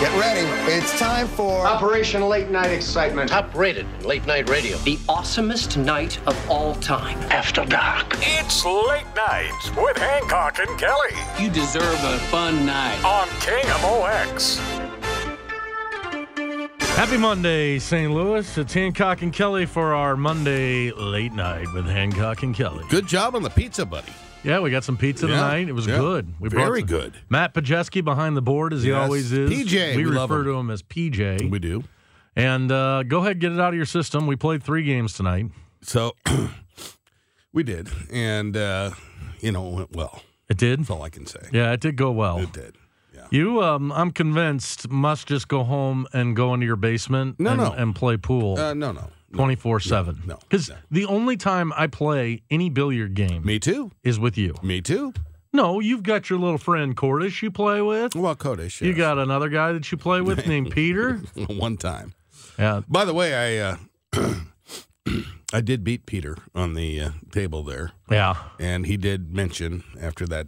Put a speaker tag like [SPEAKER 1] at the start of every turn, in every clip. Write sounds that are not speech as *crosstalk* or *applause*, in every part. [SPEAKER 1] Get ready. It's time for
[SPEAKER 2] Operation Late Night Excitement.
[SPEAKER 3] Top rated in late night radio.
[SPEAKER 4] The awesomest night of all time.
[SPEAKER 5] After dark.
[SPEAKER 6] It's late night with Hancock and Kelly.
[SPEAKER 7] You deserve a fun night.
[SPEAKER 6] On Kingdom OX.
[SPEAKER 8] Happy Monday, St. Louis. It's Hancock and Kelly for our Monday late night with Hancock and Kelly.
[SPEAKER 9] Good job on the pizza, buddy.
[SPEAKER 8] Yeah, we got some pizza yeah, tonight. It was yeah, good. We
[SPEAKER 9] very
[SPEAKER 8] some.
[SPEAKER 9] good.
[SPEAKER 8] Matt Pajeski behind the board as yes, he always is.
[SPEAKER 9] PJ,
[SPEAKER 8] we,
[SPEAKER 9] we
[SPEAKER 8] refer
[SPEAKER 9] him.
[SPEAKER 8] to him as PJ.
[SPEAKER 9] We do.
[SPEAKER 8] And uh, go ahead, get it out of your system. We played three games tonight.
[SPEAKER 9] So *clears throat* we did, and uh, you know, it went well.
[SPEAKER 8] It did.
[SPEAKER 9] That's all I can say.
[SPEAKER 8] Yeah, it did go well.
[SPEAKER 9] It did. Yeah.
[SPEAKER 8] You, um, I'm convinced, must just go home and go into your basement
[SPEAKER 9] no,
[SPEAKER 8] and,
[SPEAKER 9] no.
[SPEAKER 8] and play pool.
[SPEAKER 9] Uh, no, no.
[SPEAKER 8] 24 no, 7.
[SPEAKER 9] No.
[SPEAKER 8] Because
[SPEAKER 9] no.
[SPEAKER 8] the only time I play any billiard game.
[SPEAKER 9] Me too.
[SPEAKER 8] Is with you.
[SPEAKER 9] Me too.
[SPEAKER 8] No, you've got your little friend Cordish you play with.
[SPEAKER 9] Well, Cordish.
[SPEAKER 8] Yes. You got another guy that you play with named Peter.
[SPEAKER 9] *laughs* One time.
[SPEAKER 8] Yeah.
[SPEAKER 9] By the way, I. Uh, *clears throat* I did beat Peter on the uh, table there.
[SPEAKER 8] Yeah.
[SPEAKER 9] And he did mention after that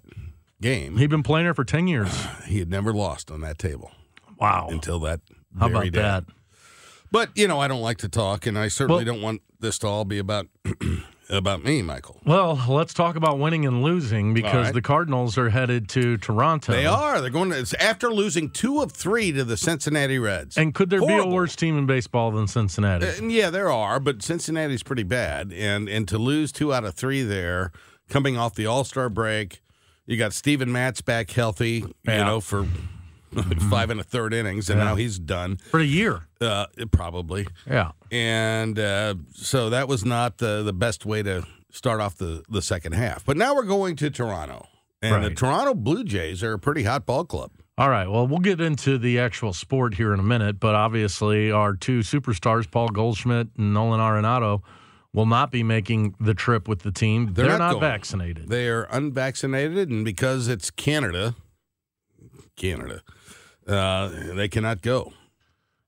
[SPEAKER 9] game.
[SPEAKER 8] He'd been playing there for 10 years.
[SPEAKER 9] *sighs* he had never lost on that table.
[SPEAKER 8] Wow.
[SPEAKER 9] Until that.
[SPEAKER 8] How about
[SPEAKER 9] day.
[SPEAKER 8] that?
[SPEAKER 9] But you know, I don't like to talk, and I certainly well, don't want this to all be about *clears throat* about me, Michael.
[SPEAKER 8] Well, let's talk about winning and losing because
[SPEAKER 9] right.
[SPEAKER 8] the Cardinals are headed to Toronto.
[SPEAKER 9] They are. They're going. To, it's after losing two of three to the Cincinnati Reds.
[SPEAKER 8] And could there
[SPEAKER 9] Horrible.
[SPEAKER 8] be a worse team in baseball than Cincinnati?
[SPEAKER 9] Uh, yeah, there are, but Cincinnati's pretty bad, and and to lose two out of three there, coming off the All Star break, you got Steven Matz back healthy,
[SPEAKER 8] yeah.
[SPEAKER 9] you know for five and a third innings, and
[SPEAKER 8] Yeah.
[SPEAKER 9] now he's done
[SPEAKER 8] for a year.
[SPEAKER 9] Uh, probably,
[SPEAKER 8] Yeah.
[SPEAKER 9] and uh, so that was not the the best way to start off the the second half. But now we're going to Toronto, and the
[SPEAKER 8] Right.
[SPEAKER 9] Toronto Blue Jays are a pretty hot ball club.
[SPEAKER 8] All right. Well, we'll get into the actual sport here in a minute, but obviously our two superstars, Paul Goldschmidt and Nolan Arenado, will not be making the trip with the team. They're, not,
[SPEAKER 9] going.
[SPEAKER 8] vaccinated.
[SPEAKER 9] They are unvaccinated, and because it's Canada, Canada, uh, they cannot go.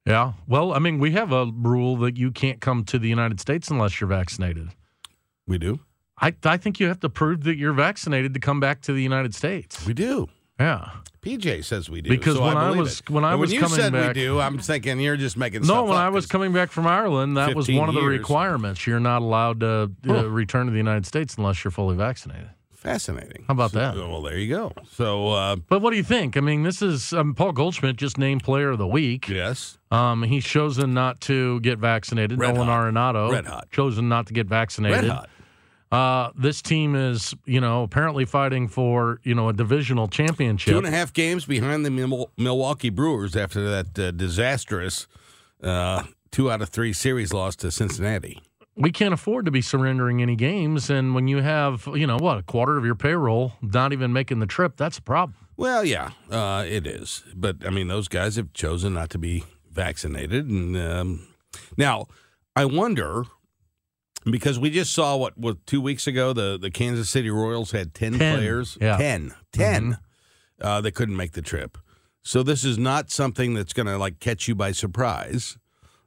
[SPEAKER 8] yeah. Well, I mean, we have a rule that you can't come to the United States unless you're vaccinated.
[SPEAKER 9] We do,
[SPEAKER 8] I, I think you have to prove that you're vaccinated to come back to the United States.
[SPEAKER 9] we do.
[SPEAKER 8] Yeah.
[SPEAKER 9] PJ says we do
[SPEAKER 8] Because
[SPEAKER 9] so
[SPEAKER 8] when I
[SPEAKER 9] believe
[SPEAKER 8] was-
[SPEAKER 9] it.
[SPEAKER 8] when I
[SPEAKER 9] And
[SPEAKER 8] was
[SPEAKER 9] you
[SPEAKER 8] coming
[SPEAKER 9] said
[SPEAKER 8] back-
[SPEAKER 9] we do, I'm thinking you're just making
[SPEAKER 8] No,
[SPEAKER 9] stuff
[SPEAKER 8] when
[SPEAKER 9] up
[SPEAKER 8] I was
[SPEAKER 9] 'cause-
[SPEAKER 8] coming back from Ireland, that was
[SPEAKER 9] 15
[SPEAKER 8] one of the
[SPEAKER 9] years.
[SPEAKER 8] requirements. You're not allowed to uh, return to the United States unless you're fully vaccinated.
[SPEAKER 9] Fascinating.
[SPEAKER 8] How about
[SPEAKER 9] So- um,
[SPEAKER 8] that?
[SPEAKER 9] Well, there you go. So uh,
[SPEAKER 8] But what do you think? I mean, this is um, Paul Goldschmidt just named Player of the Week.
[SPEAKER 9] yes,
[SPEAKER 8] Um, he's chosen not to get vaccinated.
[SPEAKER 9] Red
[SPEAKER 8] Nolan
[SPEAKER 9] hot.
[SPEAKER 8] Arenado
[SPEAKER 9] Red hot.
[SPEAKER 8] chosen not to get
[SPEAKER 9] red
[SPEAKER 8] vaccinated.
[SPEAKER 9] hot.
[SPEAKER 8] Uh, this team is, you know, apparently fighting for you know a divisional championship.
[SPEAKER 9] Two and a half games behind the Mil- Milwaukee Brewers after that uh, disastrous uh, two out of three series loss to Cincinnati.
[SPEAKER 8] we can't afford to be surrendering any games, and when you have, you know, what a quarter of your payroll not even making the trip, that's a problem.
[SPEAKER 9] Well, yeah, uh, it is. But I mean, those guys have chosen not to be vaccinated, and um, now I wonder because we just saw what, what two weeks ago the the Kansas City Royals had ten,
[SPEAKER 8] Ten,
[SPEAKER 9] players,
[SPEAKER 8] yeah. Mm-hmm.
[SPEAKER 9] ten, 10, uh, they couldn't make the trip. So this is not something that's going to like catch you by surprise.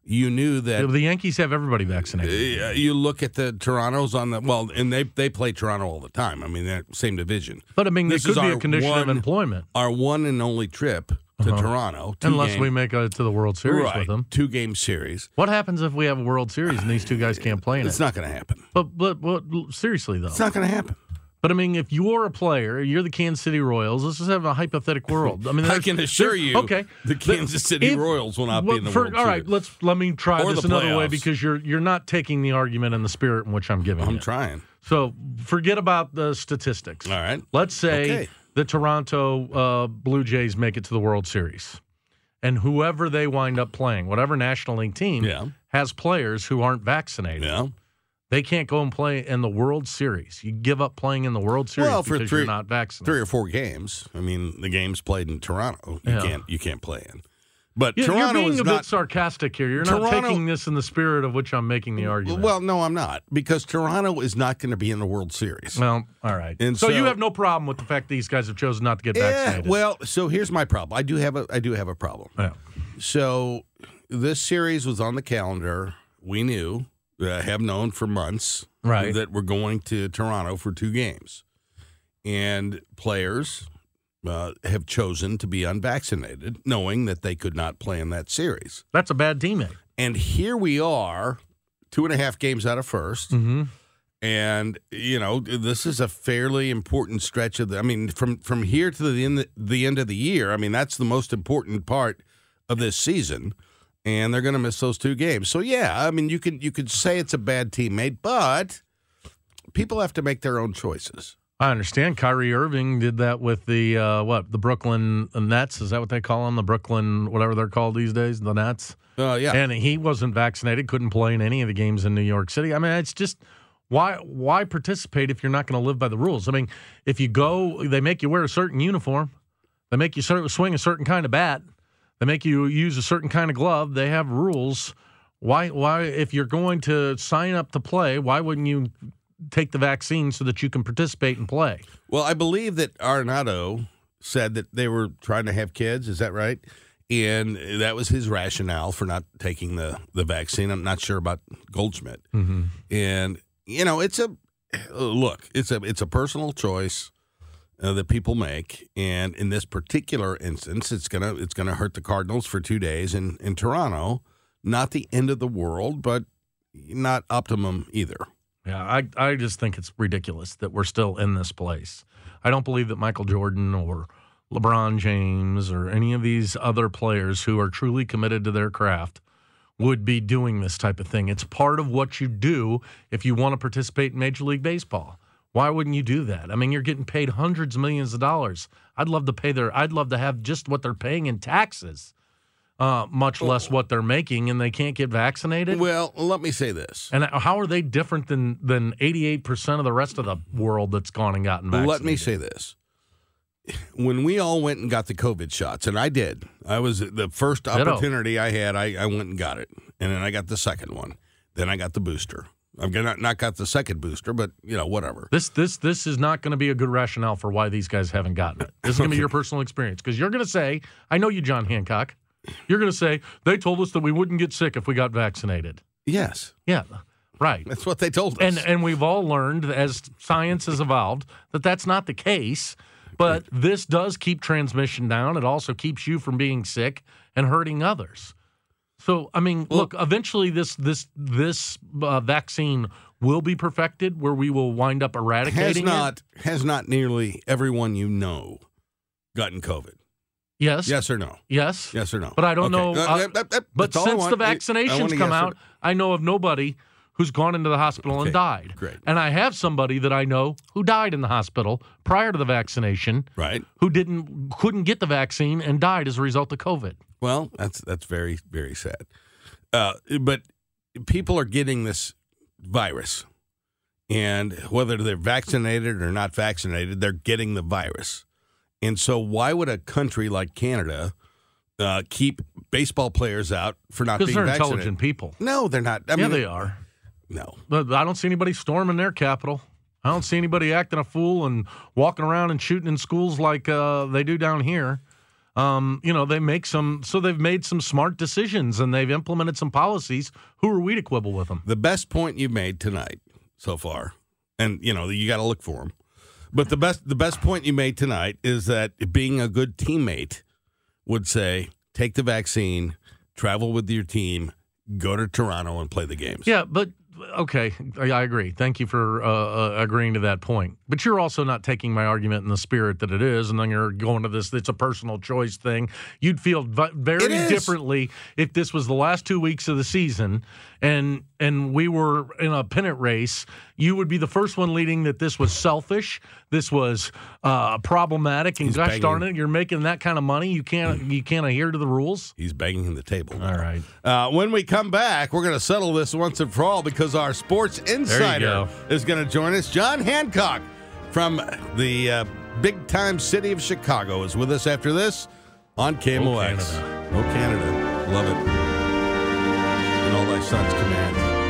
[SPEAKER 9] You knew that
[SPEAKER 8] The Yankees have everybody vaccinated.
[SPEAKER 9] Yeah, you look at the Toronto's on the well, and they they play Toronto all the time. I mean, they're same division.
[SPEAKER 8] But I mean, there
[SPEAKER 9] this is
[SPEAKER 8] could be a
[SPEAKER 9] our
[SPEAKER 8] condition of
[SPEAKER 9] one-
[SPEAKER 8] employment Uh-huh.
[SPEAKER 9] Our one and only trip to Toronto, two
[SPEAKER 8] unless
[SPEAKER 9] game-
[SPEAKER 8] we make it to the World Series
[SPEAKER 9] right,
[SPEAKER 8] with them.
[SPEAKER 9] two game series.
[SPEAKER 8] What happens if we have a World Series and these two guys can't play in
[SPEAKER 9] It's
[SPEAKER 8] it?
[SPEAKER 9] not going to happen.
[SPEAKER 8] But, but but seriously though,
[SPEAKER 9] It's not going to happen.
[SPEAKER 8] But I mean, if you're a player, you're the Kansas City Royals. Let's just have a hypothetical world. I mean,
[SPEAKER 9] *laughs* I can assure you,
[SPEAKER 8] okay,
[SPEAKER 9] the Kansas City if, Royals will not well, be in the
[SPEAKER 8] for,
[SPEAKER 9] World
[SPEAKER 8] All right,
[SPEAKER 9] Series.
[SPEAKER 8] let's let me try
[SPEAKER 9] Or
[SPEAKER 8] this
[SPEAKER 9] the
[SPEAKER 8] another way
[SPEAKER 9] playoffs.
[SPEAKER 8] because you're you're not taking the argument in the spirit in which I'm giving.
[SPEAKER 9] I'm
[SPEAKER 8] it.
[SPEAKER 9] trying.
[SPEAKER 8] So forget about the statistics.
[SPEAKER 9] All right.
[SPEAKER 8] Let's say
[SPEAKER 9] Okay.
[SPEAKER 8] the Toronto uh, Blue Jays make it to the World Series, and whoever they wind up playing, whatever National League team
[SPEAKER 9] Yeah.
[SPEAKER 8] has players who aren't vaccinated.
[SPEAKER 9] Yeah.
[SPEAKER 8] They can't go and play in the World Series. You give up playing in the World Series
[SPEAKER 9] Well, for
[SPEAKER 8] because
[SPEAKER 9] three-
[SPEAKER 8] you're not vaccinated.
[SPEAKER 9] Three or four games. I mean, the games played in Toronto. You
[SPEAKER 8] Yeah.
[SPEAKER 9] can't you can't play in. But
[SPEAKER 8] You-
[SPEAKER 9] Toronto
[SPEAKER 8] you're being
[SPEAKER 9] is
[SPEAKER 8] a
[SPEAKER 9] not
[SPEAKER 8] bit sarcastic here. You're
[SPEAKER 9] Toronto-
[SPEAKER 8] not taking this in the spirit of which I'm making the argument.
[SPEAKER 9] Well, no, I'm not because Toronto is not going to be in the World Series.
[SPEAKER 8] Well, all right.
[SPEAKER 9] And
[SPEAKER 8] so,
[SPEAKER 9] so-
[SPEAKER 8] you have no problem with the fact these guys have chosen not to get
[SPEAKER 9] yeah.
[SPEAKER 8] vaccinated.
[SPEAKER 9] Well, so here's my problem. I do have a I do have a problem.
[SPEAKER 8] Yeah.
[SPEAKER 9] So this series was on the calendar. We knew, uh, have known for months,
[SPEAKER 8] Right.
[SPEAKER 9] that we're going to Toronto for two games, and players uh, have chosen to be unvaccinated, knowing that they could not play in that series.
[SPEAKER 8] that's a bad teammate.
[SPEAKER 9] And here we are, two and a half games out of 1st
[SPEAKER 8] Mm-hmm.
[SPEAKER 9] and you know this is a fairly important stretch of the. I mean, from from here to the end the end of the year. I mean, that's the most important part of this season, and they're going to miss those two games. So yeah, I mean, you could you could say it's a bad teammate, but people have to make their own choices.
[SPEAKER 8] I understand. Kyrie Irving did that with the uh, what the Brooklyn Nets. Is that what they call them? The Brooklyn whatever they're called these days, the Nets.
[SPEAKER 9] Oh yeah,
[SPEAKER 8] And he wasn't vaccinated, couldn't play in any of the games in New York City. I mean, it's just why why participate if you're not going to live by the rules? I mean, if you go, they make you wear a certain uniform, they make you cer- swing a certain kind of bat, they make you use a certain kind of glove. They have rules. Why why if you're going to sign up to play, why wouldn't you take the vaccine so that you can participate and play?
[SPEAKER 9] Well, I believe that Arnado said that they were trying to have kids. Is that right? And that was his rationale for not taking the, the vaccine. I'm not sure about Goldschmidt. And you know, it's a look. It's a it's a personal choice uh, that people make. And in this particular instance, it's gonna it's gonna hurt the Cardinals for two days in in Toronto. Not the end of the world, but not optimum either.
[SPEAKER 8] Yeah, I, I just think it's ridiculous that we're still in this place. I don't believe that Michael Jordan or LeBron James or any of these other players who are truly committed to their craft would be doing this type of thing. It's part of what you do if you want to participate in Major League Baseball. Why wouldn't you do that? I mean, you're getting paid hundreds of millions of dollars. I'd love to pay their I'd love to have just what they're paying in taxes, uh, much less what they're making, and they can't get vaccinated.
[SPEAKER 9] Well, let me say this.
[SPEAKER 8] And how are they different than than eighty eight percent of the rest of the world that's gone and gotten vaccinated?
[SPEAKER 9] Let me say this. When we all went and got the COVID shots, and I did, I was the first
[SPEAKER 8] Ditto.
[SPEAKER 9] opportunity I had, I, I went and got it. And then I got the second one. Then I got the booster. I've got- not, not got the second booster, but, you know, whatever.
[SPEAKER 8] this this this is not going to be a good rationale for why these guys haven't gotten it. This is going to be your personal experience because you're going to say, I know you, John Hancock. You're going to say they told us that we wouldn't get sick if we got vaccinated.
[SPEAKER 9] Yes.
[SPEAKER 8] Yeah, right.
[SPEAKER 9] That's what they told us.
[SPEAKER 8] And and we've all learned as science has evolved that that's not the case. But this does keep transmission down. It also keeps you from being sick and hurting others. So I mean, look, eventually this this this uh, vaccine will be perfected, where we will wind up
[SPEAKER 9] has
[SPEAKER 8] eradicating it.
[SPEAKER 9] not has not nearly everyone you know gotten COVID.
[SPEAKER 8] Yes.
[SPEAKER 9] Yes or no?
[SPEAKER 8] Yes.
[SPEAKER 9] Yes or no?
[SPEAKER 8] But I don't
[SPEAKER 9] Okay.
[SPEAKER 8] know.
[SPEAKER 9] Uh,
[SPEAKER 8] uh,
[SPEAKER 9] yep, yep, yep.
[SPEAKER 8] but
[SPEAKER 9] That's all I
[SPEAKER 8] since the
[SPEAKER 9] want. I- I want
[SPEAKER 8] vaccinations
[SPEAKER 9] a
[SPEAKER 8] come
[SPEAKER 9] yes or-
[SPEAKER 8] out, I know of nobody who's gone into the hospital
[SPEAKER 9] Okay,
[SPEAKER 8] and died.
[SPEAKER 9] great.
[SPEAKER 8] And I have somebody that I know who died in the hospital prior to the vaccination,
[SPEAKER 9] Right.
[SPEAKER 8] who didn't couldn't get the vaccine and died as a result of COVID.
[SPEAKER 9] Well, that's that's very very sad. Uh, but people are getting this virus, and whether they're vaccinated or not vaccinated, they're getting the virus. And so, why would a country like Canada uh, keep baseball players out for not
[SPEAKER 8] Because
[SPEAKER 9] being
[SPEAKER 8] they're
[SPEAKER 9] vaccinated?
[SPEAKER 8] intelligent people.
[SPEAKER 9] No, they're not. I
[SPEAKER 8] yeah,
[SPEAKER 9] mean,
[SPEAKER 8] they are.
[SPEAKER 9] No,
[SPEAKER 8] But I don't see anybody storming their capital. I don't see anybody acting a fool and walking around and shooting in schools like uh, they do down here. Um, you know, they make some, so they've made some smart decisions and they've implemented some policies. Who are we to quibble with them?
[SPEAKER 9] the best point you've made tonight so far, and you know you got to look for them. But the best the best point you made tonight is that being a good teammate would say take the vaccine, travel with your team, go to Toronto and play the games.
[SPEAKER 8] Yeah, but okay, I, I agree. Thank you for uh, uh, agreeing to that point. But you're also not taking my argument in the spirit that it is, and then you're going to this. It's a personal choice thing. You'd feel v- very differently if this was the last two weeks of the season, and and we were in a pennant race. You would be the first one leading that this was selfish. This was uh, problematic, and
[SPEAKER 9] He's
[SPEAKER 8] gosh
[SPEAKER 9] begging.
[SPEAKER 8] darn it, you're making that kind of money. You can't you can't adhere to the rules.
[SPEAKER 9] He's banging the table.
[SPEAKER 8] All right.
[SPEAKER 9] Uh, when we come back, we're going to settle this once and for all because our sports insider
[SPEAKER 8] go.
[SPEAKER 9] is going to join us. John Hancock from the uh, big time city of Chicago is with us after this on KMOX.
[SPEAKER 8] Canada.
[SPEAKER 9] Oh, Canada. Love it. And all thy sons command.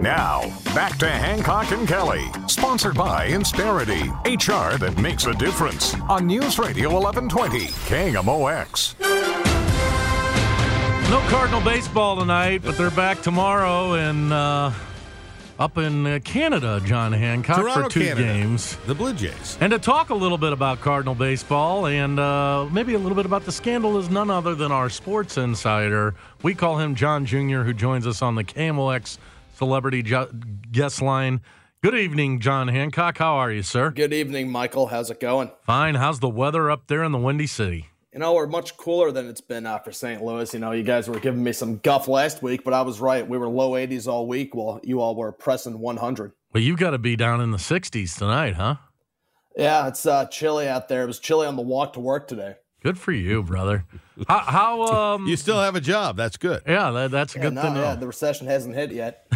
[SPEAKER 6] Now, back to Hancock and Kelly, sponsored by Insperity, HR that makes a difference on News Radio 1120, KMOX.
[SPEAKER 8] No Cardinal baseball tonight, but they're back tomorrow and uh, up in uh, Canada, John Hancock
[SPEAKER 9] Toronto,
[SPEAKER 8] for two
[SPEAKER 9] Canada.
[SPEAKER 8] games.
[SPEAKER 9] The Blue Jays.
[SPEAKER 8] And to talk a little bit about Cardinal baseball and uh, maybe a little bit about the scandal is none other than our sports insider. We call him John Jr., who joins us on the KMOX celebrity ju- guest line. Good evening, John Hancock. How are you, sir?
[SPEAKER 10] Good evening, Michael. How's it going?
[SPEAKER 8] Fine. How's the weather up there in the Windy City?
[SPEAKER 10] You know, we're much cooler than it's been uh, for St. Louis. You know, you guys were giving me some guff last week, but I was right. We were low 80s all week while you all were pressing 100.
[SPEAKER 8] Well, you've got to be down in the 60s tonight, huh?
[SPEAKER 10] Yeah, it's uh, chilly out there. It was chilly on the walk to work today.
[SPEAKER 8] Good for you, brother.
[SPEAKER 9] *laughs*
[SPEAKER 8] How, how um
[SPEAKER 9] You still have a job. That's good.
[SPEAKER 8] Yeah, that, that's a
[SPEAKER 10] Yeah,
[SPEAKER 8] good
[SPEAKER 10] no,
[SPEAKER 8] thing. to know.
[SPEAKER 10] yeah, the recession hasn't hit yet.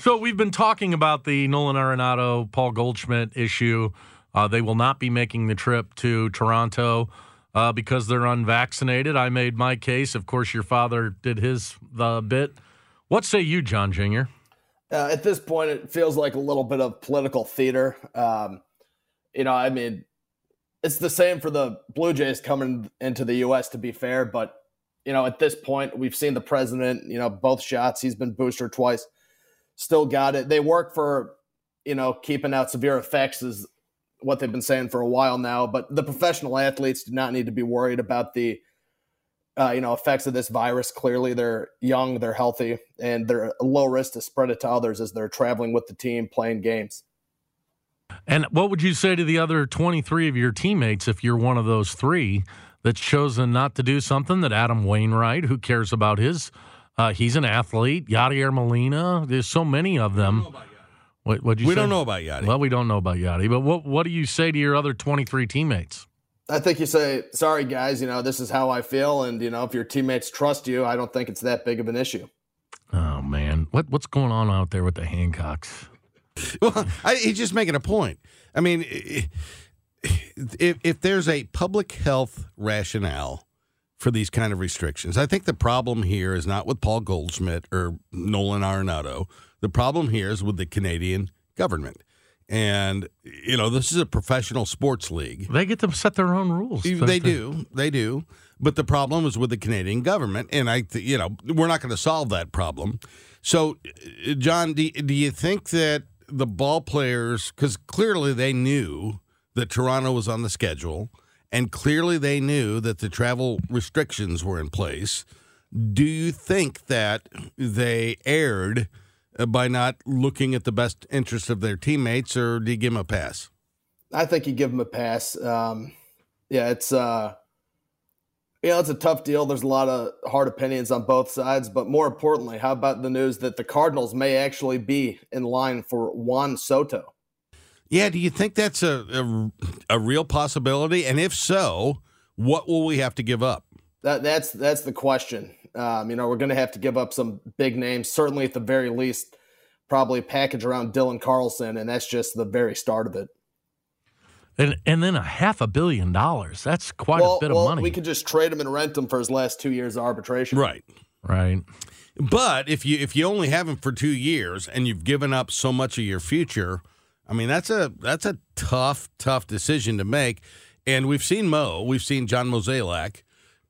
[SPEAKER 8] So we've been talking about the Nolan Arenado, Paul Goldschmidt issue. Uh, they will not be making the trip to Toronto uh, because they're unvaccinated. I made my case. Of course, your father did his uh, bit. What say you, John Jr.?
[SPEAKER 10] Uh, at this point, it feels like a little bit of political theater. Um, you know, I mean, it's the same for the Blue Jays coming into the U.S. To be fair, but you know, at this point, we've seen the president. You know, both shots. He's been booster twice. Still got it. They work for you know keeping out severe effects is what they've been saying for a while now. But the professional athletes do not need to be worried about the uh, you know effects of this virus. Clearly, they're young, they're healthy, and they're low risk to spread it to others as they're traveling with the team playing games.
[SPEAKER 8] And what would you say to the other 23 of your teammates if you're one of those three that's chosen not to do something that Adam Wainwright, who cares about his, uh, he's an athlete, Yadier Molina, there's so many of them. What, what'd you
[SPEAKER 9] We
[SPEAKER 8] say?
[SPEAKER 9] don't know about Yachty.
[SPEAKER 8] Well, we don't know about Yachty, but what, what do you say to your other 23 teammates?
[SPEAKER 10] I think you say, "Sorry, guys, you know this is how I feel," and you know if your teammates trust you, I don't think it's that big of an issue.
[SPEAKER 8] Oh, man. What, what's going on out there with the Hancocks?
[SPEAKER 9] Well, I, he's just making a point. I mean, i- if, if there's a public health rationale for these kind of restrictions, I think the problem here is not with Paul Goldschmidt or Nolan Arenado. The problem here is with the Canadian government. And you know, this is a professional sports league.
[SPEAKER 8] They get to set their own rules.
[SPEAKER 9] They, they do. They do. But the problem is with the Canadian government, and I, th- you know, we're not going to solve that problem. So, uh, John, do, do you think that the ball players, because clearly they knew that Toronto was on the schedule, and clearly they knew that the travel restrictions were in place. Do you think that they erred uh, by not looking at the best interest of their teammates, or do you give them a pass?
[SPEAKER 10] I think you give them a pass. Um, yeah, it's uh, you know it's a tough deal. There's a lot of hard opinions on both sides, but more importantly, how about the news that the Cardinals may actually be in line for Juan Soto?
[SPEAKER 9] Yeah, do you think that's a, a, a real possibility? And if so, what will we have to give up?
[SPEAKER 10] That, that's that's the question. Um, you know, we're going to have to give up some big names, certainly at the very least, probably package around Dylan Carlson, and that's just the very start of it.
[SPEAKER 8] And and then a half a billion dollars. That's quite
[SPEAKER 10] well,
[SPEAKER 8] a bit
[SPEAKER 10] well,
[SPEAKER 8] of money.
[SPEAKER 10] We could just trade him and rent him for his last two years of arbitration.
[SPEAKER 9] Right.
[SPEAKER 8] Right.
[SPEAKER 9] But if you if you only have him for two years and you've given up so much of your future, I mean that's a that's a tough tough decision to make. And we've seen Mo, we've seen John Mozeliak.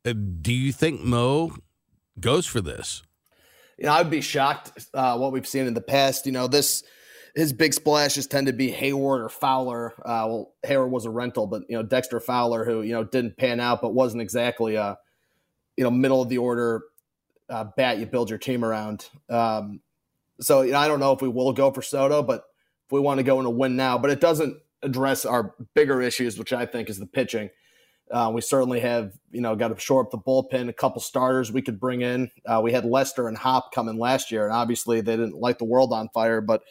[SPEAKER 9] Uh, do you think Mo goes for this?
[SPEAKER 10] You know, I'd be shocked uh, what we've seen in the past. You know, this his big splashes tend to be Hayward or Fowler. Uh, well, Hayward was a rental, but you know Dexter Fowler, who you know didn't pan out, but wasn't exactly a you know middle of the order uh, bat you build your team around. Um, so you know, I don't know if we will go for Soto, but if we want to go in a win now, but it doesn't address our bigger issues, which I think is the pitching. Uh, we certainly have, you know, got to shore up the bullpen. A couple starters we could bring in. Uh, we had Lester and Hop come in last year, and obviously they didn't light the world on fire, but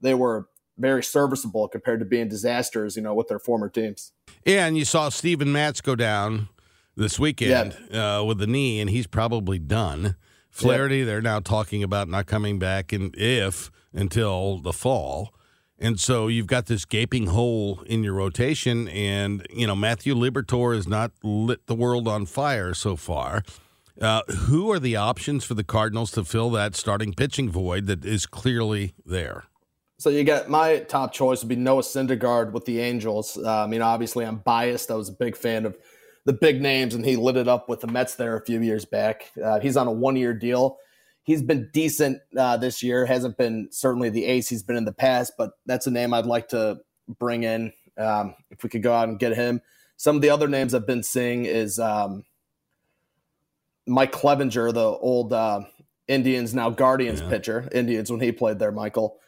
[SPEAKER 10] they were very serviceable compared to being disasters, you know, with their former teams.
[SPEAKER 9] Yeah, and you saw Steven Matz go down this weekend yeah. uh, with the knee, and he's probably done. Flaherty, yeah. they're now talking about not coming back, and if until the fall. And so you've got this gaping hole in your rotation, and you know Matthew Libertor has not lit the world on fire so far. Uh, who are the options for the Cardinals to fill that starting pitching void that is clearly there?
[SPEAKER 10] So you got my top choice would be Noah Syndergaard with the Angels. Uh, I mean, obviously I'm biased. I was a big fan of the big names, and he lit it up with the Mets there a few years back. Uh, he's on a one-year deal he's been decent uh, this year. Hasn't been certainly the ace he's been in the past, but that's a name I'd like to bring in um, if we could go out and get him. Some of the other names I've been seeing is um, Mike Clevenger, the old uh, Indians now Guardians yeah. pitcher. Indians when he played there, Michael.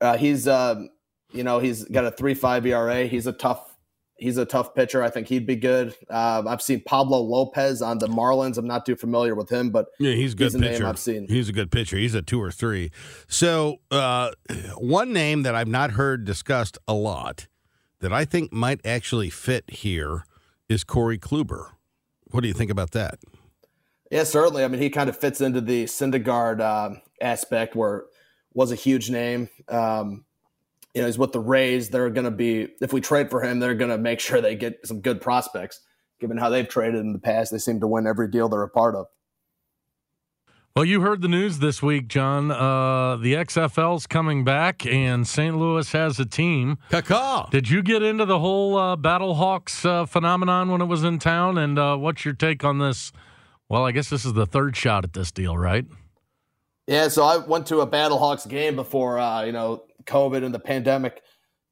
[SPEAKER 10] Uh, he's you know he's got a three five ERA. He's a tough. He's a tough pitcher. I think he'd be good. Uh, I've seen Pablo Lopez on the Marlins. I'm not too familiar with him, but
[SPEAKER 9] yeah, he's good
[SPEAKER 10] he's a
[SPEAKER 9] pitcher.
[SPEAKER 10] Name I've seen.
[SPEAKER 9] He's a good pitcher. He's a two or three. So uh, one name that I've not heard discussed a lot that I think might actually fit here is Corey Kluber. What do you think about that?
[SPEAKER 10] Yeah, certainly. I mean, he kind of fits into the Syndergaard um, aspect where was a huge name. Um, you know, he's with the Rays. They're going to be, if we trade for him, they're going to make sure they get some good prospects. Given how they've traded in the past, they seem to win every deal they're a part of.
[SPEAKER 8] Well, you heard the news this week, John. Uh, the XFL's coming back, and St. Louis has a team.
[SPEAKER 9] Caca.
[SPEAKER 8] Did you get into the whole uh, Battle Hawks uh, phenomenon when it was in town? And uh, what's your take on this? Well, I guess this is the third shot at this deal, right?
[SPEAKER 10] Yeah, so I went to a Battle Hawks game before, uh, you know, COVID and the pandemic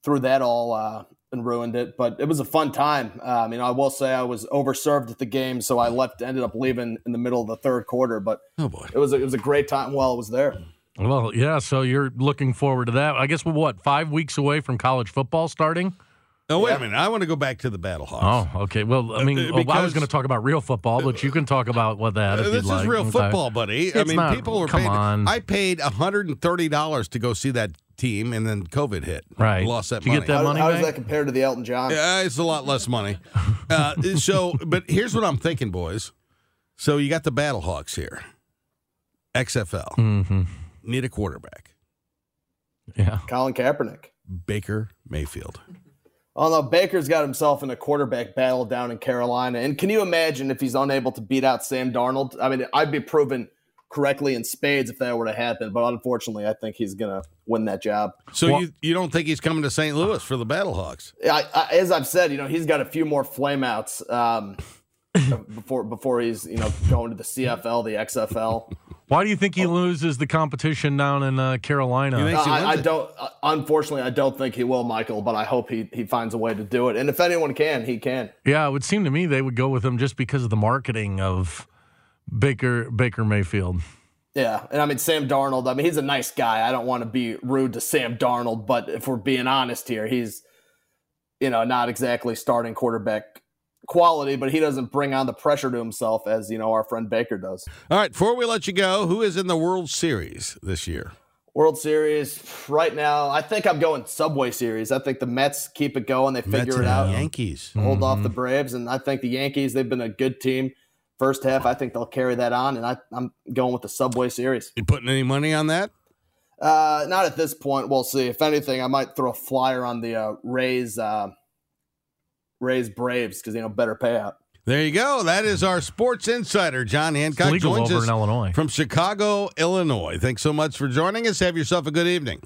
[SPEAKER 10] threw that all uh, and ruined it. But it was a fun time. Um, you know, I will say I was overserved at the game, so I left. Ended up leaving in the middle of the third quarter. But
[SPEAKER 9] oh boy,
[SPEAKER 10] it was a, it was a great time while I was there.
[SPEAKER 8] Well, yeah. So you're looking forward to that. I guess we're what five weeks away from college football starting.
[SPEAKER 9] No, wait yeah. a minute. I want to go back to the Battle Hawks.
[SPEAKER 8] Oh, okay. Well, I mean, uh, because, I was going to talk about real football, but you can talk about what that. Uh,
[SPEAKER 9] this
[SPEAKER 8] like.
[SPEAKER 9] is real football, buddy.
[SPEAKER 8] It's
[SPEAKER 9] I mean,
[SPEAKER 8] not,
[SPEAKER 9] people were
[SPEAKER 8] come
[SPEAKER 9] paid,
[SPEAKER 8] on.
[SPEAKER 9] I paid hundred and thirty dollars to go see that team, and then COVID hit.
[SPEAKER 8] Right,
[SPEAKER 9] lost that
[SPEAKER 8] Did
[SPEAKER 9] money.
[SPEAKER 8] You get that
[SPEAKER 10] how,
[SPEAKER 8] money.
[SPEAKER 10] How
[SPEAKER 8] back?
[SPEAKER 10] does that compare to the Elton John?
[SPEAKER 9] Uh, it's a lot less money. Uh, so, but here's what I'm thinking, boys. So you got the Battle Hawks here, XFL.
[SPEAKER 8] Mm-hmm.
[SPEAKER 9] Need a quarterback.
[SPEAKER 8] Yeah,
[SPEAKER 10] Colin Kaepernick.
[SPEAKER 9] Baker Mayfield.
[SPEAKER 10] Although Baker's got himself in a quarterback battle down in Carolina. And can you imagine if he's unable to beat out Sam Darnold? I mean, I'd be proven correctly in spades if that were to happen. But unfortunately, I think he's going to win that job.
[SPEAKER 9] So well, you, you don't think he's coming to St. Louis for the Battlehawks?
[SPEAKER 10] I, I, as I've said, you know, he's got a few more flameouts um, *laughs* before before he's you know going to the CFL, the XFL.
[SPEAKER 8] Why do you think he loses the competition down in uh, Carolina?
[SPEAKER 10] Uh, I, I, don't. Uh, unfortunately, I don't think he will, Michael. But I hope he he finds a way to do it. And if anyone can, he can.
[SPEAKER 8] Yeah, it would seem to me they would go with him just because of the marketing of Baker Baker Mayfield.
[SPEAKER 10] Yeah, and I mean Sam Darnold. I mean he's a nice guy. I don't want to be rude to Sam Darnold, but if we're being honest here, he's you know not exactly starting quarterback quality, but he doesn't bring on the pressure to himself as you know our friend Baker does.
[SPEAKER 9] All right, before we let you go, who is in the World Series this year?
[SPEAKER 10] World Series right now. I think I'm going Subway Series. I think the Mets keep it going. They figure Mets it out.
[SPEAKER 9] Yankees
[SPEAKER 10] hold mm-hmm. off the Braves, and I think the Yankees. They've been a good team. First half, I think they'll carry that on, and I, am going with the Subway Series.
[SPEAKER 9] You putting any money on that?
[SPEAKER 10] Uh, not at this point. We'll see. If anything, I might throw a flyer on the uh, Rays. Uh, raise Braves because they know better payout.
[SPEAKER 9] There you go. That is our sports insider, John Hancock.
[SPEAKER 8] joins us Illinois.
[SPEAKER 9] from Chicago, Illinois. Thanks so much for joining us. Have yourself a good evening.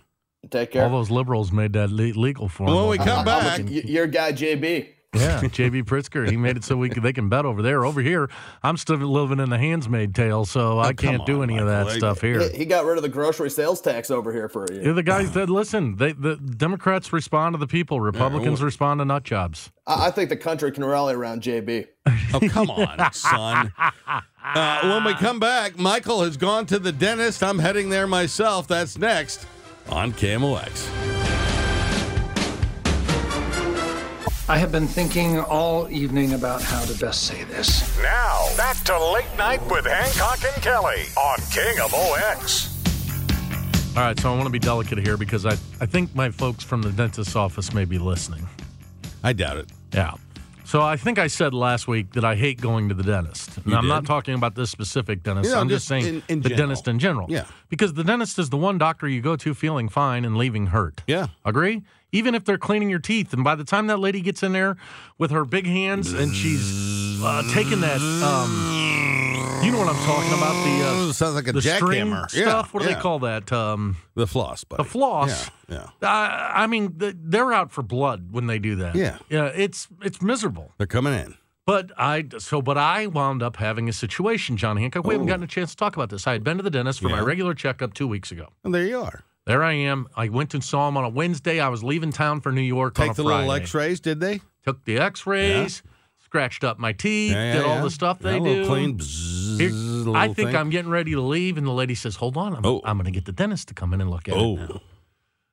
[SPEAKER 10] Take care.
[SPEAKER 8] All those liberals made that legal for
[SPEAKER 9] well, him. When we come back,
[SPEAKER 10] your guy JB.
[SPEAKER 8] Yeah, JB Pritzker. He made it so we could, they can bet over there. Over here, I'm still living in the handsmaid tale, so I oh, can't on, do any Michael. of that stuff here.
[SPEAKER 10] He, he, got rid of the grocery sales tax over here for a year.
[SPEAKER 8] Yeah, the guy said, "Listen, they, the Democrats respond to the people, Republicans yeah, respond to nut jobs."
[SPEAKER 10] I, I, think the country can rally around JB.
[SPEAKER 9] oh come on, son. Uh, when we come back, Michael has gone to the dentist. I'm heading there myself. That's next on KMOX.
[SPEAKER 11] I have been thinking all evening about how to best say this.
[SPEAKER 6] Now, back to Late Night with Hancock and Kelly on King of OX.
[SPEAKER 8] All right, so I want to be delicate here because I, I think my folks from the dentist's office may be listening.
[SPEAKER 9] I doubt it.
[SPEAKER 8] Yeah. So I think I said last week that I hate going to the dentist. And you I'm did? not talking about this specific dentist. You know, I'm just, saying in, in the general. dentist in general.
[SPEAKER 9] Yeah.
[SPEAKER 8] Because the dentist is the one doctor you go to feeling fine and leaving hurt.
[SPEAKER 9] Yeah.
[SPEAKER 8] Agree? even if they're cleaning your teeth. And by the time that lady gets in there with her big hands and she's uh, taking that, um, you know what I'm talking about? The
[SPEAKER 9] uh, sounds like a
[SPEAKER 8] the
[SPEAKER 9] jackhammer
[SPEAKER 8] stuff. Yeah, what do yeah. they call that? Um,
[SPEAKER 9] the floss, buddy.
[SPEAKER 8] The floss.
[SPEAKER 9] Yeah.
[SPEAKER 8] yeah. Uh, I mean, they're out for blood when they do that.
[SPEAKER 9] Yeah.
[SPEAKER 8] Yeah. It's it's miserable.
[SPEAKER 9] They're coming in.
[SPEAKER 8] But I so but I wound up having a situation, John Hancock. We Ooh. haven't gotten a chance to talk about this. I had been to the dentist for yeah. my regular checkup two weeks ago.
[SPEAKER 9] And there you are.
[SPEAKER 8] There I am. I went and saw him on a Wednesday. I was leaving town for New York.
[SPEAKER 9] Take
[SPEAKER 8] the
[SPEAKER 9] Friday. little X-rays, did they?
[SPEAKER 8] Took the X-rays, yeah. scratched up my teeth, yeah, yeah, did all the stuff they do.
[SPEAKER 9] Clean, bzzz, Here,
[SPEAKER 8] I think
[SPEAKER 9] thing.
[SPEAKER 8] I'm getting ready to leave, and the lady says, "Hold on, I'm, oh. I'm going to get the dentist to come in and look at oh. it." Now.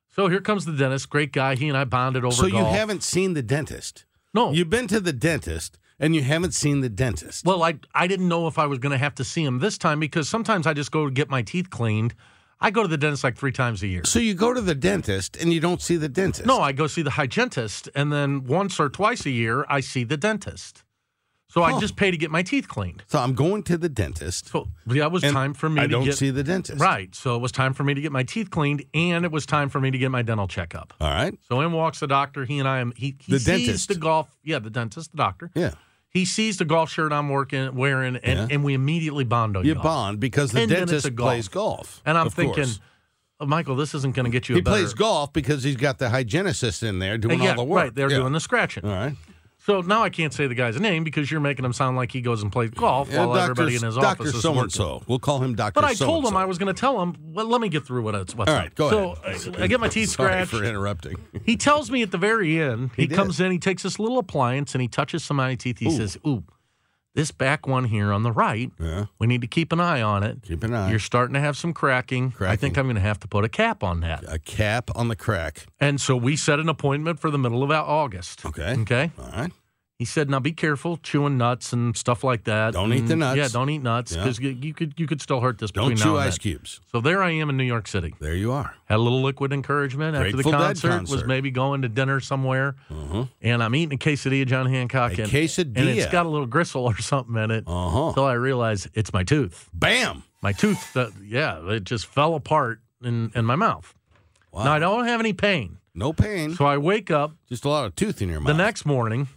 [SPEAKER 8] So here comes the dentist. Great guy. He and I bonded over.
[SPEAKER 9] So
[SPEAKER 8] golf.
[SPEAKER 9] you haven't seen the dentist?
[SPEAKER 8] No.
[SPEAKER 9] You've been to the dentist, and you haven't seen the dentist.
[SPEAKER 8] Well, I I didn't know if I was going to have to see him this time because sometimes I just go to get my teeth cleaned. I go to the dentist like three times a year.
[SPEAKER 9] So you go to the dentist and you don't see the dentist?
[SPEAKER 8] No, I go see the hygienist, and then once or twice a year, I see the dentist. So huh. I just pay to get my teeth cleaned.
[SPEAKER 9] So I'm going to the dentist.
[SPEAKER 8] So that was time for me.
[SPEAKER 9] I
[SPEAKER 8] to
[SPEAKER 9] don't
[SPEAKER 8] get,
[SPEAKER 9] see the dentist.
[SPEAKER 8] Right. So it was time for me to get my teeth cleaned, and it was time for me to get my dental checkup.
[SPEAKER 9] All right.
[SPEAKER 8] So in walks the doctor. He and I am he, he
[SPEAKER 9] the
[SPEAKER 8] sees
[SPEAKER 9] dentist.
[SPEAKER 8] the golf. Yeah, the dentist, the doctor.
[SPEAKER 9] Yeah
[SPEAKER 8] he sees the golf shirt I'm working wearing, and, yeah. and we immediately bond on
[SPEAKER 9] you.
[SPEAKER 8] Golf.
[SPEAKER 9] bond because the
[SPEAKER 8] and
[SPEAKER 9] dentist
[SPEAKER 8] golf.
[SPEAKER 9] plays golf,
[SPEAKER 8] and I'm thinking, oh, Michael, this isn't going to get you.
[SPEAKER 9] He
[SPEAKER 8] better... Uh,
[SPEAKER 9] plays golf because he's got the hygienist in there doing
[SPEAKER 8] yeah,
[SPEAKER 9] all the work.
[SPEAKER 8] Right, they're yeah. doing the scratching.
[SPEAKER 9] All right.
[SPEAKER 8] So now I can't say the guy's name because you're making him sound like he goes and plays golf while
[SPEAKER 9] Dr.
[SPEAKER 8] everybody in his
[SPEAKER 9] Dr.
[SPEAKER 8] office is
[SPEAKER 9] so
[SPEAKER 8] working.
[SPEAKER 9] So we'll call him Doctor.
[SPEAKER 8] But I
[SPEAKER 9] so-and-so.
[SPEAKER 8] told him I was going to tell him. Well, let me get through what it's. What's
[SPEAKER 9] All right,
[SPEAKER 8] up.
[SPEAKER 9] go
[SPEAKER 8] so uh,
[SPEAKER 9] ahead. So
[SPEAKER 8] I get my teeth
[SPEAKER 9] Sorry
[SPEAKER 8] scratched.
[SPEAKER 9] for interrupting.
[SPEAKER 8] He tells me at the very end. He, he comes in. He takes this little appliance and he touches some of my teeth. He
[SPEAKER 9] Ooh.
[SPEAKER 8] says, "Ooh, this back one here on the right.
[SPEAKER 9] Yeah.
[SPEAKER 8] We need to keep an eye on it.
[SPEAKER 9] Keep an eye.
[SPEAKER 8] You're starting to have some cracking.
[SPEAKER 9] Cracking.
[SPEAKER 8] I think I'm going to have to put a cap on that.
[SPEAKER 9] A cap on the crack.
[SPEAKER 8] And so we set an appointment for the middle of August.
[SPEAKER 9] Okay.
[SPEAKER 8] Okay.
[SPEAKER 9] All right.
[SPEAKER 8] He said, "Now be careful chewing nuts and stuff like that.
[SPEAKER 9] Don't eat the
[SPEAKER 8] And,
[SPEAKER 9] nuts.
[SPEAKER 8] Yeah, don't eat nuts because you, you could you could still hurt this.
[SPEAKER 9] Don't
[SPEAKER 8] between
[SPEAKER 9] chew
[SPEAKER 8] now and
[SPEAKER 9] ice
[SPEAKER 8] then.
[SPEAKER 9] cubes.
[SPEAKER 8] So there I am in New York City.
[SPEAKER 9] There you are.
[SPEAKER 8] Had a little liquid encouragement after the
[SPEAKER 9] Grateful Dead
[SPEAKER 8] concert, Was
[SPEAKER 9] concert.
[SPEAKER 8] maybe going to dinner somewhere,
[SPEAKER 9] Uh-huh.
[SPEAKER 8] and I'm eating a quesadilla, John Hancock,
[SPEAKER 9] A
[SPEAKER 8] and,
[SPEAKER 9] quesadilla.
[SPEAKER 8] and it's got a little gristle or something in it.
[SPEAKER 9] Uh-huh.
[SPEAKER 8] Until I realize it's my tooth.
[SPEAKER 9] Bam!
[SPEAKER 8] My tooth, uh, yeah, it just fell apart in in my mouth.
[SPEAKER 9] Wow.
[SPEAKER 8] Now I don't have any pain,
[SPEAKER 9] No pain.
[SPEAKER 8] so I wake up
[SPEAKER 9] Just a lot of tooth in your mouth.
[SPEAKER 8] the next morning.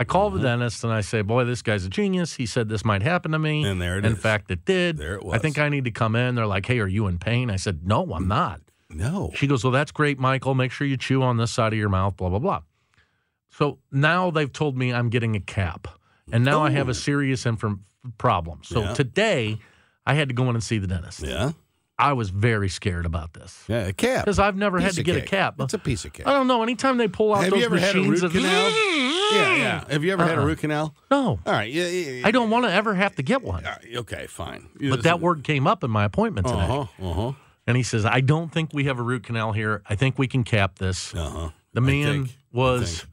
[SPEAKER 8] I call the
[SPEAKER 9] Mm-hmm.
[SPEAKER 8] dentist and I say, "Boy, this guy's a genius. He said this might happen to me."
[SPEAKER 9] And there it
[SPEAKER 8] in
[SPEAKER 9] is.
[SPEAKER 8] fact, it did.
[SPEAKER 9] There it
[SPEAKER 8] I think
[SPEAKER 9] was.
[SPEAKER 8] I need to come in. They're like, "Hey, are you in pain?" I said, "No, I'm not."
[SPEAKER 9] No.
[SPEAKER 8] She goes, "Well, that's great, Michael. Make sure you chew on this side of your mouth." Blah blah blah. So now they've told me I'm getting a cap, and now I have a serious inform- problem. So
[SPEAKER 9] Oh. Yeah.
[SPEAKER 8] today, I had to go in and see the dentist.
[SPEAKER 9] Yeah.
[SPEAKER 8] I was very scared about this.
[SPEAKER 9] Yeah, a cap.
[SPEAKER 8] Because I've never had
[SPEAKER 9] Piece
[SPEAKER 8] to
[SPEAKER 9] of
[SPEAKER 8] get a
[SPEAKER 9] cake.
[SPEAKER 8] cap.
[SPEAKER 9] It's a piece of cake.
[SPEAKER 8] I don't know. Anytime they pull out
[SPEAKER 9] Have
[SPEAKER 8] those
[SPEAKER 9] you ever had a
[SPEAKER 8] machines
[SPEAKER 9] root
[SPEAKER 8] of-
[SPEAKER 9] canal? yeah, yeah. Have you ever had a
[SPEAKER 8] Uh-uh.
[SPEAKER 9] root canal?
[SPEAKER 8] No.
[SPEAKER 9] All right. Yeah, yeah, yeah.
[SPEAKER 8] I don't want to ever have to get one.
[SPEAKER 9] Okay, fine.
[SPEAKER 8] But that word came up in my appointment today.
[SPEAKER 9] Uh huh. Uh huh.
[SPEAKER 8] And he says, I don't think we have a root canal here. I think we can cap this.
[SPEAKER 9] Uh-huh.
[SPEAKER 8] The
[SPEAKER 9] I
[SPEAKER 8] man
[SPEAKER 9] think.
[SPEAKER 8] was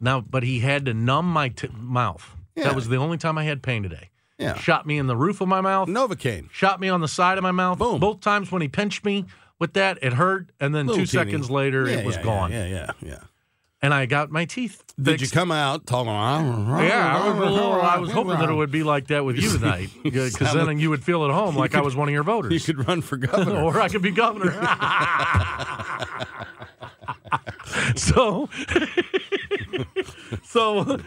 [SPEAKER 8] now, but he had to numb my t- mouth.
[SPEAKER 9] Yeah.
[SPEAKER 8] That was the only time I had pain today.
[SPEAKER 9] Yeah.
[SPEAKER 8] Shot me in the roof of my mouth,
[SPEAKER 9] Novocaine.
[SPEAKER 8] shot me on the side of my mouth. Boom. Both times when he pinched me with that, it hurt. And then
[SPEAKER 9] Little
[SPEAKER 8] two
[SPEAKER 9] teeny.
[SPEAKER 8] seconds later,
[SPEAKER 9] Yeah,
[SPEAKER 8] it was
[SPEAKER 9] yeah, yeah,
[SPEAKER 8] gone.
[SPEAKER 9] Yeah, yeah, yeah.
[SPEAKER 8] And I got my teeth.
[SPEAKER 9] Did you
[SPEAKER 8] fixed.
[SPEAKER 9] come out "Oh, talking?
[SPEAKER 8] Yeah, I was, a little, I was hoping that it would be like
[SPEAKER 9] *laughs*
[SPEAKER 8] that with you tonight, because then you would feel at home like I was one of your
[SPEAKER 9] You
[SPEAKER 8] voters,
[SPEAKER 9] could *laughs* run for
[SPEAKER 8] *laughs*
[SPEAKER 9] governor.
[SPEAKER 8] or I could
[SPEAKER 9] *laughs*
[SPEAKER 8] be governor. so, so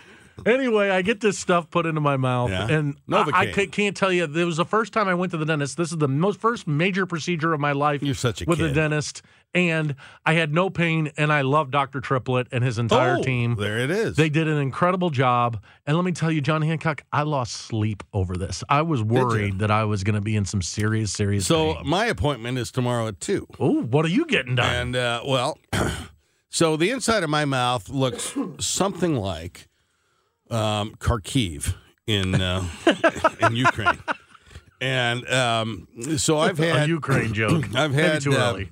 [SPEAKER 8] anyway, I get this stuff put into my mouth,
[SPEAKER 9] Yeah.
[SPEAKER 8] and I, I
[SPEAKER 9] Novocaine.
[SPEAKER 8] ca- can't tell you. It was the first time I went to the dentist. This is the most first major procedure of my life.
[SPEAKER 9] You're such a
[SPEAKER 8] with a
[SPEAKER 9] kid.
[SPEAKER 8] dentist, and I had no pain, and I love Doctor Triplett and his entire
[SPEAKER 9] Oh,
[SPEAKER 8] team.
[SPEAKER 9] There it is.
[SPEAKER 8] They did an incredible job. And let me tell you, John Hancock, I lost sleep over this. I was worried that I was going to be in some serious, serious
[SPEAKER 9] so
[SPEAKER 8] pain.
[SPEAKER 9] my appointment is tomorrow at two.
[SPEAKER 8] Oh, what are you getting done?
[SPEAKER 9] And uh, well, *clears throat* so the inside of my mouth looks something like um, Kharkiv in uh,
[SPEAKER 8] *laughs*
[SPEAKER 9] in Ukraine, and um, so I've
[SPEAKER 8] A
[SPEAKER 9] had *clears throat*
[SPEAKER 8] Ukraine joke.
[SPEAKER 9] I've
[SPEAKER 8] Maybe
[SPEAKER 9] had
[SPEAKER 8] too
[SPEAKER 9] uh,
[SPEAKER 8] early. Uh-huh.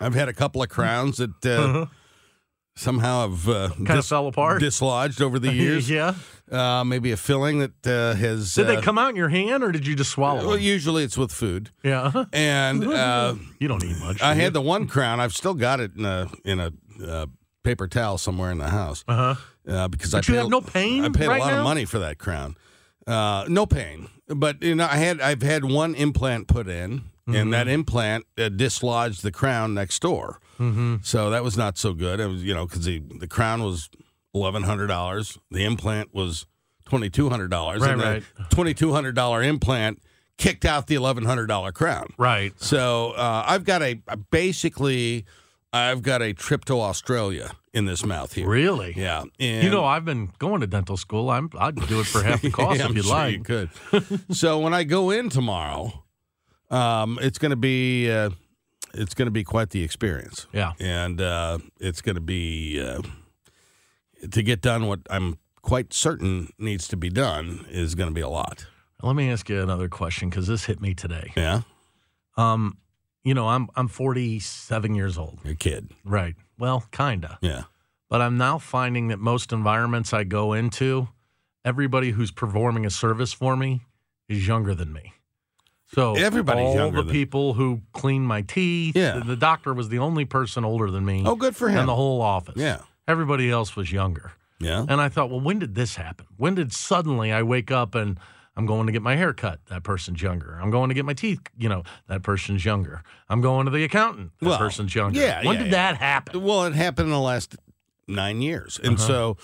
[SPEAKER 9] I've had a couple of crowns that uh, somehow have uh, kind
[SPEAKER 8] fell apart?
[SPEAKER 9] dislodged over
[SPEAKER 8] *laughs*
[SPEAKER 9] the years.
[SPEAKER 8] yeah.
[SPEAKER 9] uh, maybe a filling that uh, has.
[SPEAKER 8] Did
[SPEAKER 9] uh,
[SPEAKER 8] they come out in your hand or did you just swallow?
[SPEAKER 9] Well,
[SPEAKER 8] them?
[SPEAKER 9] usually it's with food,
[SPEAKER 8] yeah. *laughs*
[SPEAKER 9] and. Uh,
[SPEAKER 8] you don't need much.
[SPEAKER 9] I
[SPEAKER 8] do you?
[SPEAKER 9] had the one crown. I've still got it in a in a uh, paper towel somewhere in the house.
[SPEAKER 8] Uh-huh.
[SPEAKER 9] Uh, because I
[SPEAKER 8] But you
[SPEAKER 9] paid
[SPEAKER 8] have
[SPEAKER 9] a-
[SPEAKER 8] no pain
[SPEAKER 9] I paid
[SPEAKER 8] right
[SPEAKER 9] a lot
[SPEAKER 8] now?
[SPEAKER 9] of money for that crown. Uh, no pain, but you know, I had I've had one implant put in,
[SPEAKER 8] Mm-hmm.
[SPEAKER 9] and that implant uh, dislodged the crown next door.
[SPEAKER 8] Mm-hmm.
[SPEAKER 9] So that was not so good. It was you know because the the crown was eleven hundred dollars. The implant was twenty two hundred dollars.
[SPEAKER 8] Right,
[SPEAKER 9] and
[SPEAKER 8] right.
[SPEAKER 9] Twenty two hundred dollar implant kicked out the eleven hundred dollar crown.
[SPEAKER 8] Right.
[SPEAKER 9] So uh, I've got a basically, I've got a trip to Australia in this mouth here.
[SPEAKER 8] Really?
[SPEAKER 9] Yeah.
[SPEAKER 8] you know, I've been going to dental school. I'm, I'd do it for
[SPEAKER 9] *laughs*
[SPEAKER 8] half the cost
[SPEAKER 9] I'm
[SPEAKER 8] if you'd
[SPEAKER 9] sure
[SPEAKER 8] like.
[SPEAKER 9] you could. so when I go in tomorrow, um, it's going to be uh, it's going to be quite the experience.
[SPEAKER 8] Yeah.
[SPEAKER 9] and uh, it's going to be uh, to get done what I'm quite certain needs to be done is going to be a lot.
[SPEAKER 8] Let me ask you another question because this hit me today.
[SPEAKER 9] Yeah,
[SPEAKER 8] Um, you know, I'm I'm 47 years old.
[SPEAKER 9] a kid.
[SPEAKER 8] Right. Well, kinda.
[SPEAKER 9] Yeah.
[SPEAKER 8] but I'm now finding that most environments I go into, everybody who's performing a service for me is younger than me. So
[SPEAKER 9] Everybody's
[SPEAKER 8] all
[SPEAKER 9] younger
[SPEAKER 8] the
[SPEAKER 9] than-
[SPEAKER 8] people who clean my teeth.
[SPEAKER 9] Yeah.
[SPEAKER 8] The, the doctor was the only person older than me.
[SPEAKER 9] Oh, good for him.
[SPEAKER 8] And the whole office.
[SPEAKER 9] Yeah.
[SPEAKER 8] Everybody else was younger.
[SPEAKER 9] Yeah.
[SPEAKER 8] And I thought, well, when did this happen? When did suddenly I wake up and I'm going to get my hair cut? That person's younger. I'm going to get my teeth, you know, that person's younger. I'm going to the accountant. That
[SPEAKER 9] Well,
[SPEAKER 8] person's younger.
[SPEAKER 9] yeah,
[SPEAKER 8] When
[SPEAKER 9] yeah,
[SPEAKER 8] did
[SPEAKER 9] yeah.
[SPEAKER 8] that happen? Uh-huh.
[SPEAKER 9] Well, it happened in the last nine years. And so,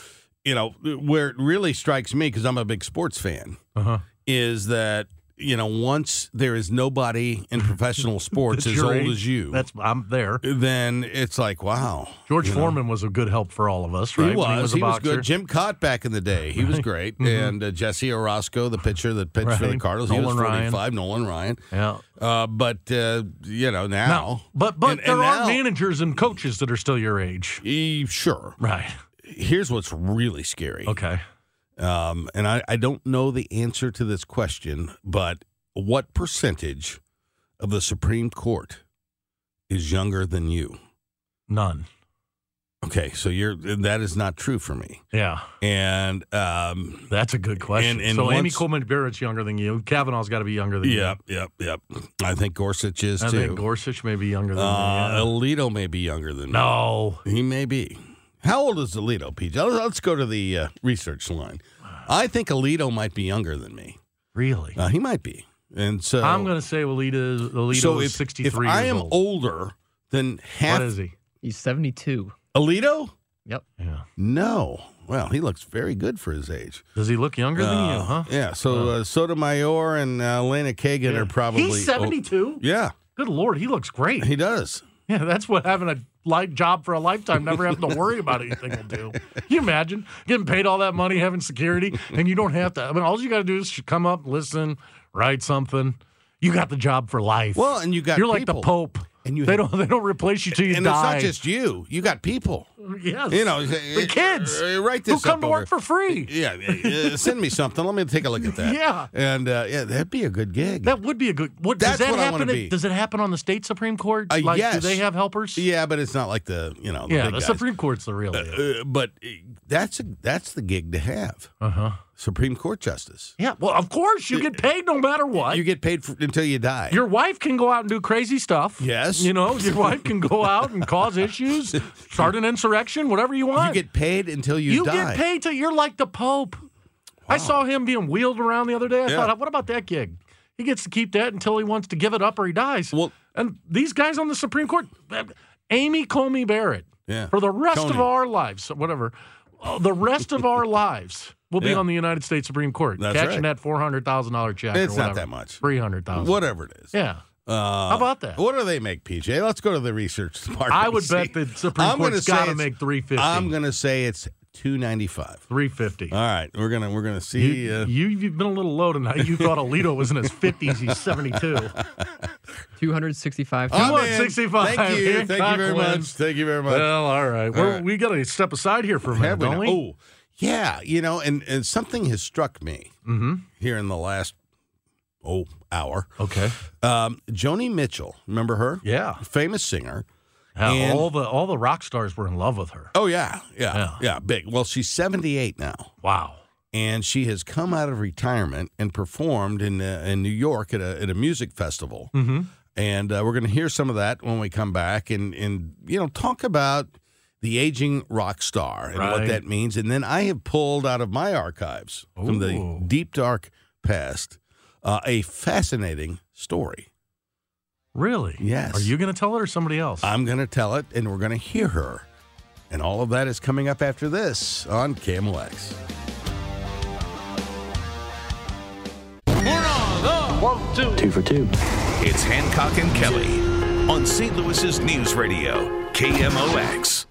[SPEAKER 9] you know, where it really strikes me, because I'm a big sports fan,
[SPEAKER 8] Uh-huh.
[SPEAKER 9] is that, you know, once there is nobody
[SPEAKER 8] *laughs*
[SPEAKER 9] in professional sports
[SPEAKER 8] That's
[SPEAKER 9] as
[SPEAKER 8] your
[SPEAKER 9] old
[SPEAKER 8] age.
[SPEAKER 9] as you,
[SPEAKER 8] That's I'm there.
[SPEAKER 9] then it's like, wow.
[SPEAKER 8] George
[SPEAKER 9] you know.
[SPEAKER 8] Foreman was a good help for all of us, right?
[SPEAKER 9] He
[SPEAKER 8] When
[SPEAKER 9] was.
[SPEAKER 8] a
[SPEAKER 9] He was,
[SPEAKER 8] boxer. Mm-hmm.
[SPEAKER 9] good. Jim Cott back in the day, he
[SPEAKER 8] *laughs*
[SPEAKER 9] was great. And uh, Jesse Orozco, the pitcher that pitched for the
[SPEAKER 8] Right.
[SPEAKER 9] Cardinals, he was
[SPEAKER 8] Nolan Ryan.
[SPEAKER 9] 45. Nolan Ryan.
[SPEAKER 8] Yeah.
[SPEAKER 9] Uh, but uh, you know now,
[SPEAKER 8] Now, but but
[SPEAKER 9] and- and
[SPEAKER 8] there are
[SPEAKER 9] now-
[SPEAKER 8] managers and coaches that are still your age,
[SPEAKER 9] Eh, sure.
[SPEAKER 8] right?
[SPEAKER 9] Here's what's really scary.
[SPEAKER 8] Okay.
[SPEAKER 9] Um, and I, I don't know the answer to this question, but what percentage of the Supreme Court is younger than you?
[SPEAKER 8] None.
[SPEAKER 9] Okay, so you're that is not true for me.
[SPEAKER 8] Yeah,
[SPEAKER 9] And um,
[SPEAKER 8] that's a good question.
[SPEAKER 9] And- and
[SPEAKER 8] so Amy
[SPEAKER 9] once-
[SPEAKER 8] Coleman Barrett's younger than you. Kavanaugh's got to be younger than
[SPEAKER 9] yep, yep, yep. I think Gorsuch is
[SPEAKER 8] you. I
[SPEAKER 9] too.
[SPEAKER 8] think Gorsuch may be younger than
[SPEAKER 9] uh,
[SPEAKER 8] you.
[SPEAKER 9] Alito may be younger than me.
[SPEAKER 8] No.
[SPEAKER 9] He may be. How old is Alito, PJ? Let's- Let's go to the uh, research line. I think Alito might be younger than me.
[SPEAKER 8] Really?
[SPEAKER 9] Uh, he might be. And so
[SPEAKER 8] I'm going to say Alita. is- Alita
[SPEAKER 9] so
[SPEAKER 8] is
[SPEAKER 9] if,
[SPEAKER 8] 63.
[SPEAKER 9] if I
[SPEAKER 8] years
[SPEAKER 9] am
[SPEAKER 8] old.
[SPEAKER 9] older than half
[SPEAKER 8] What is he?
[SPEAKER 12] He's 72.
[SPEAKER 9] Alito,
[SPEAKER 12] Yep.
[SPEAKER 8] Yeah.
[SPEAKER 9] No. Well, he looks very good for his age.
[SPEAKER 8] Does he look younger than
[SPEAKER 9] Uh,
[SPEAKER 8] you, huh?
[SPEAKER 9] Yeah. So uh, Sotomayor and uh, Elena Kagan are probably
[SPEAKER 8] Oh. He's 72?
[SPEAKER 9] yeah.
[SPEAKER 8] Good Lord, he looks great.
[SPEAKER 9] He does.
[SPEAKER 8] Yeah, that's what having a light job for a lifetime, never having to worry about anything will do. Can you imagine getting paid all that money, having security, and you don't have to. I mean, all you got to do is come up, listen, write something. You got the job for life.
[SPEAKER 9] Well, and you got
[SPEAKER 8] you're like the
[SPEAKER 9] people.
[SPEAKER 8] Pope. And you they don't they don't replace you till you
[SPEAKER 9] and
[SPEAKER 8] die.
[SPEAKER 9] it's not just you. You got people.
[SPEAKER 8] yes,
[SPEAKER 9] You know,
[SPEAKER 8] the
[SPEAKER 9] it-
[SPEAKER 8] kids
[SPEAKER 9] uh, write
[SPEAKER 8] who
[SPEAKER 9] this
[SPEAKER 8] come
[SPEAKER 9] up
[SPEAKER 8] to work
[SPEAKER 9] over.
[SPEAKER 8] for free.
[SPEAKER 9] Yeah. uh, send me something. Let me take a look at that.
[SPEAKER 8] *laughs* Yeah.
[SPEAKER 9] And uh, yeah, that'd be a good gig.
[SPEAKER 8] That would be a good. What
[SPEAKER 9] That's
[SPEAKER 8] does that
[SPEAKER 9] what I
[SPEAKER 8] happen?
[SPEAKER 9] wanna
[SPEAKER 8] at-
[SPEAKER 9] be.
[SPEAKER 8] Does it happen on the state supreme court?
[SPEAKER 9] Uh,
[SPEAKER 8] like, do
[SPEAKER 9] yes.
[SPEAKER 8] they have helpers?
[SPEAKER 9] Yeah, but it's not like the you know. The
[SPEAKER 8] yeah,
[SPEAKER 9] big
[SPEAKER 8] the
[SPEAKER 9] guys.
[SPEAKER 8] supreme court's the real. deal.
[SPEAKER 9] Uh, but uh, that's a, that's the gig to have. Uh
[SPEAKER 8] huh.
[SPEAKER 9] Supreme Court justice.
[SPEAKER 8] Uh-huh. Yeah, well, of course you get paid no matter what.
[SPEAKER 9] You get paid for, until you die.
[SPEAKER 8] Your wife can go out and do crazy stuff.
[SPEAKER 9] Yes.
[SPEAKER 8] You know, your wife can go out and cause issues, start an insurrection, whatever you
[SPEAKER 9] you
[SPEAKER 8] want.
[SPEAKER 9] get paid until you,
[SPEAKER 8] You
[SPEAKER 9] die.
[SPEAKER 8] get paid till you're like the Pope. I saw him being wheeled around the other day. I
[SPEAKER 9] Yeah.
[SPEAKER 8] thought, what about that gig? He gets to keep that until he wants to give it up or he dies.
[SPEAKER 9] Well-
[SPEAKER 8] and these guys on the Supreme Court, Amy Comey Barrett,
[SPEAKER 9] Yeah.
[SPEAKER 8] for the rest of
[SPEAKER 9] Coney.
[SPEAKER 8] our lives, whatever, uh, the rest
[SPEAKER 9] *laughs*
[SPEAKER 8] of our lives will be
[SPEAKER 9] Yeah.
[SPEAKER 8] on the United States Supreme Court,
[SPEAKER 9] That's
[SPEAKER 8] catching
[SPEAKER 9] right.
[SPEAKER 8] that four hundred thousand dollar check.
[SPEAKER 9] It's
[SPEAKER 8] or
[SPEAKER 9] not
[SPEAKER 8] whatever.
[SPEAKER 9] that much.
[SPEAKER 8] Three hundred thousand.
[SPEAKER 9] Whatever it is.
[SPEAKER 8] Yeah.
[SPEAKER 9] Uh,
[SPEAKER 8] How about that?
[SPEAKER 9] What do they make, PJ? Let's go to the research department.
[SPEAKER 8] I would
[SPEAKER 9] *laughs* and
[SPEAKER 8] bet
[SPEAKER 9] see.
[SPEAKER 8] the Supreme
[SPEAKER 9] I'm gonna
[SPEAKER 8] Court's
[SPEAKER 9] say
[SPEAKER 8] gotta
[SPEAKER 9] it's-
[SPEAKER 8] make 350.
[SPEAKER 9] I'm going to say it's 295.
[SPEAKER 8] 350.
[SPEAKER 9] All right, we're gonna we're gonna see.
[SPEAKER 8] You,
[SPEAKER 9] uh,
[SPEAKER 8] you, you've been a little low tonight. You thought Alito was in his 50s.
[SPEAKER 9] *laughs*
[SPEAKER 8] He's 72.
[SPEAKER 12] 265.
[SPEAKER 9] I'm in.
[SPEAKER 8] 265.
[SPEAKER 9] Oh, Thank you. Thank
[SPEAKER 8] Hancock
[SPEAKER 9] you very much.
[SPEAKER 8] wins.
[SPEAKER 9] Thank you very much.
[SPEAKER 8] Well, all right.
[SPEAKER 9] All
[SPEAKER 8] We're,
[SPEAKER 9] right.
[SPEAKER 8] We got to step aside here for a minute,
[SPEAKER 9] Have we
[SPEAKER 8] don't
[SPEAKER 9] now?
[SPEAKER 8] we?
[SPEAKER 9] Oh, yeah. You know, and and something has struck me here in the last oh hour.
[SPEAKER 8] Okay.
[SPEAKER 9] Um, Joni Mitchell, remember her?
[SPEAKER 8] Yeah.
[SPEAKER 9] famous singer.
[SPEAKER 8] Yeah,
[SPEAKER 9] And-
[SPEAKER 8] all the all the rock stars were in love with her.
[SPEAKER 9] Oh yeah, yeah, yeah,
[SPEAKER 8] Yeah.
[SPEAKER 9] big. Well, she's 78 now,
[SPEAKER 8] Wow.
[SPEAKER 9] and she has come out of retirement and performed in uh, in New York at a at a music festival.
[SPEAKER 8] Mm-hmm.
[SPEAKER 9] And uh, we're going to hear some of that when we come back, and and you know talk about the aging rock star and what
[SPEAKER 8] Right.
[SPEAKER 9] that means. And then I have pulled out of my archives from the
[SPEAKER 8] Ooh.
[SPEAKER 9] deep dark past uh, a fascinating story.
[SPEAKER 8] Really?
[SPEAKER 9] Yes.
[SPEAKER 8] Are you going to tell it or somebody else?
[SPEAKER 9] I'm going to tell it, and we're going to hear her. And all of that is coming up after this on Camel X.
[SPEAKER 13] Two for two.
[SPEAKER 14] It's Hancock and Kelly on St. Louis's News Radio, KMOX.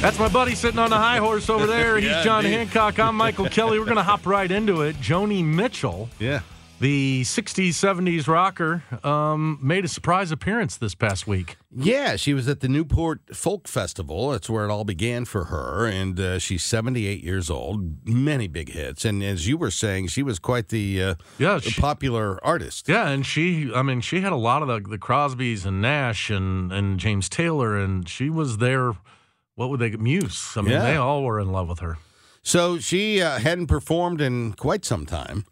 [SPEAKER 8] That's my buddy sitting on the high horse over there.
[SPEAKER 9] *laughs*
[SPEAKER 8] He's
[SPEAKER 9] Yeah,
[SPEAKER 8] John
[SPEAKER 9] indeed.
[SPEAKER 8] Hancock. I'm Michael Kelly. We're going to hop right into it. Joni Mitchell,
[SPEAKER 9] Yeah.
[SPEAKER 8] the 60s, 70s rocker, um, made a surprise appearance this past week.
[SPEAKER 9] Yeah, she was at the Newport Folk Festival. That's where it all began for her. And uh, she's 78 years old, many big hits. And as you were saying, she was quite the uh,
[SPEAKER 8] Yeah,
[SPEAKER 9] the
[SPEAKER 8] she-
[SPEAKER 9] popular artist.
[SPEAKER 8] Yeah, and she, I mean, she had a lot of the, the Crosbys and Nash and, and James Taylor, and she was their, what would they, muse. I mean,
[SPEAKER 9] Yeah.
[SPEAKER 8] they all were in love with her.
[SPEAKER 9] So she uh, hadn't performed in quite some time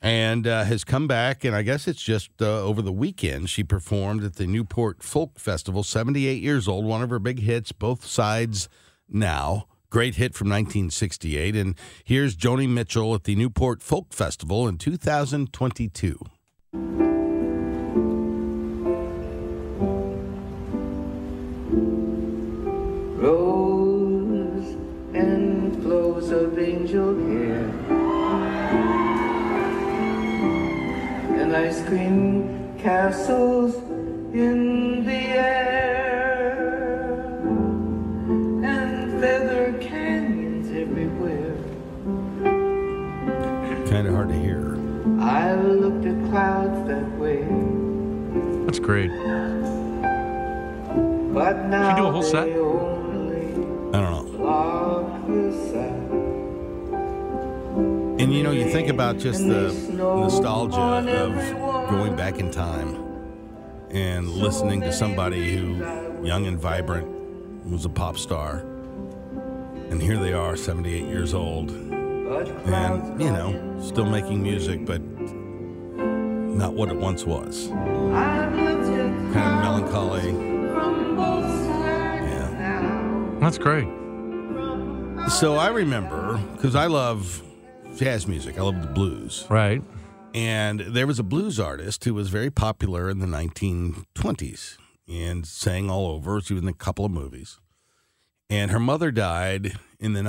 [SPEAKER 9] and uh, has come back. And I guess it's just uh, over the weekend she performed at the Newport Folk Festival, 78 years old, one of her big hits, Both Sides Now. Great hit from 1968. And here's Joni Mitchell at the Newport Folk Festival in 2022.
[SPEAKER 15] Rose and flows of angel hair. And ice cream castles in the air. And feather canyons everywhere.
[SPEAKER 9] Kind of hard to hear.
[SPEAKER 15] I looked at clouds that way.
[SPEAKER 8] That's great. Did
[SPEAKER 15] But now
[SPEAKER 8] she do a whole set?
[SPEAKER 9] I don't know.
[SPEAKER 15] block the sight.
[SPEAKER 9] And you know, you think about just the nostalgia of going back in time and listening to somebody who, young and vibrant, was a pop star. And here they are, 78 years old, and, you know, still making music, but not what it once was.
[SPEAKER 15] I've looked at
[SPEAKER 9] Kind of melancholy.
[SPEAKER 15] from both sides now.
[SPEAKER 8] That's great.
[SPEAKER 9] So I remember, because I love jazz music, I love the blues.
[SPEAKER 8] Right.
[SPEAKER 9] And there was a blues artist who was very popular in the 1920s and sang all over. She was in a couple of movies. and her mother died in the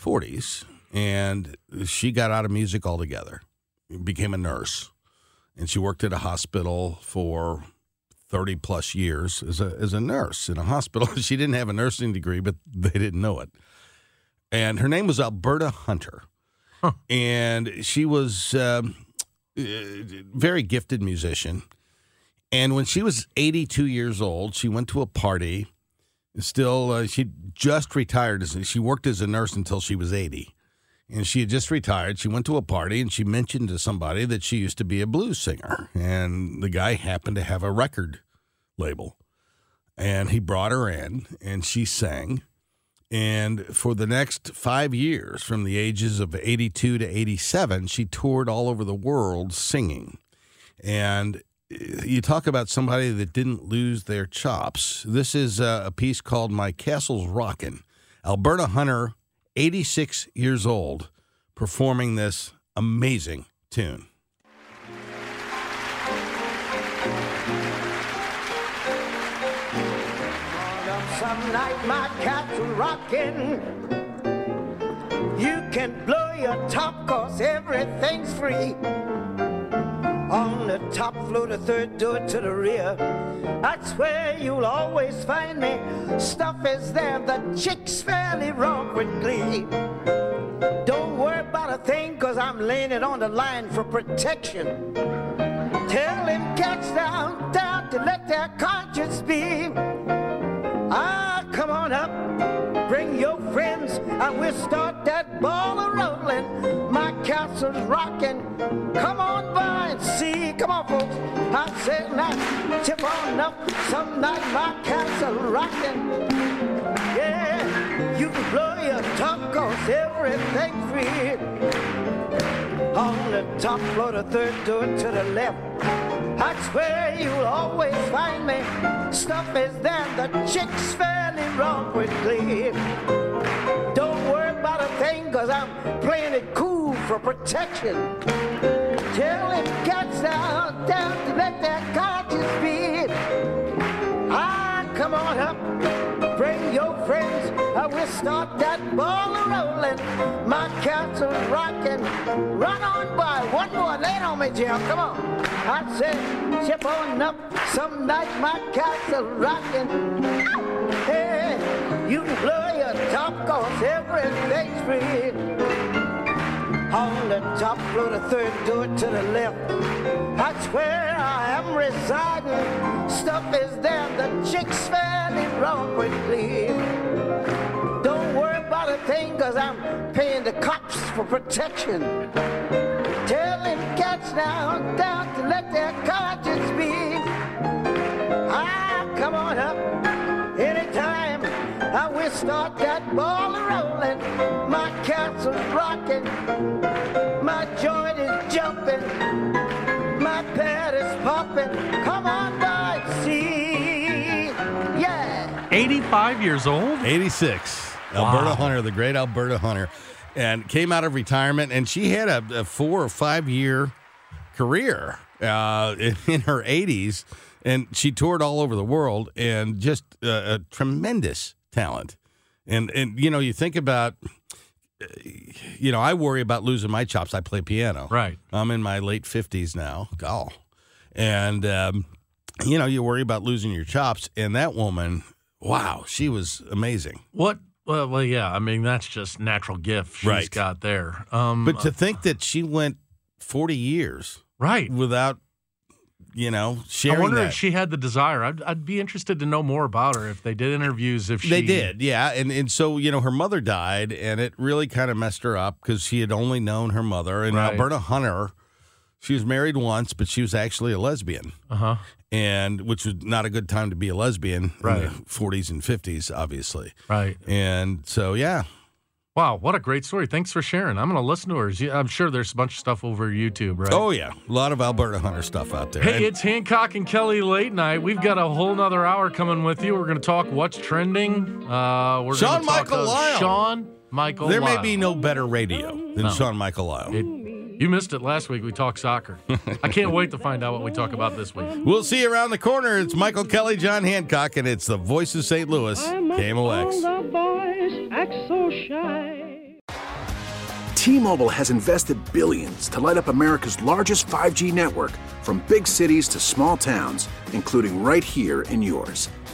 [SPEAKER 9] 1940s, and she got out of music altogether, became a nurse, and she worked at a hospital for 30 plus years as a, as a nurse in a hospital. *laughs* she didn't have a nursing degree, but they didn't know it. And her name was Alberta Hunter. Huh. And she was um, a very gifted musician. And when she was 82 years old, she went to a party. Still, uh, she just retired. As, she worked as a nurse until she was 80. And she had just retired. She went to a party and she mentioned to somebody that she used to be a blues singer. And the guy happened to have a record label. And he brought her in and she sang. And for the next five years, from the ages of 82 to 87, she toured all over the world singing. And uh, you talk about somebody that didn't lose their chops. This is uh, a piece called My Castle's Rockin'. Alberta Hunter, 86 years old, performing this amazing tune.
[SPEAKER 8] Some night my castle's rockin'. You can blow your top cause everything's free. On the top floor, the third door to the rear. That's where you'll always find me. Stuff is there, the chicks fairly romp with glee. Don't worry about a thing, cause I'm laying it on the line for protection. Tell him cats down, down to let their conscience be. Ah, come on up, bring your friends, and we'll start that ball a rolling. My castle's rocking. Come on by and see. Come on, folks. I said now, tip on up. Some night my castle rocking. Yeah, you can blow your top, cause everything free. On the top floor, the third door to the left. That's where you'll always find me. Stuff is there, the chicks fairly wrong with glee. Don't worry about a thing, cause I'm playing it cool for protection. Till it gets down, down to let that conscience be. Ah, come on up, bring your friends. I will start that ball rolling. My castle's rocking. Run on by, one more, lay on me, Jim. Come on. I said, chip on up. Some night my castle rocking. Hey, you can blow your top, cause everything's free. On the top floor, the third door to the left. That's where I am residing. Stuff is there, the chicks fairly wrong with glee. Don't worry about a thing, cause I'm paying the cops for protection. Tell him cats down, down to let their conscience be. Ah, come on up anytime. I will start that ball rolling. My castle's rocking. My joint is jumping. My pad is popping. Come on, by and see. Yeah.
[SPEAKER 16] 85 years old?
[SPEAKER 9] 86. Wow. Alberta Hunter, the great Alberta Hunter and came out of retirement and she had a, a four or five year career uh, *laughs* in, in her 80s and she toured all over the world and just uh, a tremendous talent and and you know you think about you know i worry about losing my chops i play piano
[SPEAKER 16] right
[SPEAKER 9] i'm in my late 50s now gall and um, you know you worry about losing your chops and that woman wow she was amazing
[SPEAKER 16] what well, well, yeah. I mean, that's just natural gift she's
[SPEAKER 9] Right.
[SPEAKER 16] got there. Um,
[SPEAKER 9] But to think that she went 40 years
[SPEAKER 16] right.
[SPEAKER 9] without, you know, sharing
[SPEAKER 16] I wonder
[SPEAKER 9] that.
[SPEAKER 16] if she had the desire. I'd, I'd be interested to know more about her if they did interviews. If she,
[SPEAKER 9] they did, yeah. And and so, you know, her mother died and it really kind of messed her up because she had only known her mother. And
[SPEAKER 16] Right.
[SPEAKER 9] Alberta Hunter, she was married once, but she was actually a lesbian.
[SPEAKER 16] Uh huh.
[SPEAKER 9] And which was not a good time to be a lesbian in *laughs*
[SPEAKER 16] Right.
[SPEAKER 9] the 40s and 50s, obviously.
[SPEAKER 16] Right.
[SPEAKER 9] And so, yeah,
[SPEAKER 16] Wow, what a great story! Thanks for sharing. I'm going to listen to hers. Yeah, I'm sure there's a bunch of stuff over YouTube, right?
[SPEAKER 9] Oh yeah, a lot of Alberta Hunter stuff out there.
[SPEAKER 16] Hey,
[SPEAKER 9] And-
[SPEAKER 16] it's Hancock and Kelly late night. We've got a whole nother hour coming with you. We're going to talk what's trending. Uh, we're gonna talk
[SPEAKER 9] Shawn Michael
[SPEAKER 16] to
[SPEAKER 9] Lyle.
[SPEAKER 16] Shawn Michael.
[SPEAKER 9] there
[SPEAKER 16] Lyle.
[SPEAKER 9] may be no better radio than Shawn Michael Lyle.
[SPEAKER 16] It You missed it last week. We talked soccer. I can't wait to find out what we talk about this week.
[SPEAKER 17] We'll see you around the corner. It's Michael Kelly, John Hancock, and it's the voice of St. Louis, KMOX.
[SPEAKER 9] T-Mobile has invested billions to light up America's largest 5G network from big cities to small towns, including right here in yours.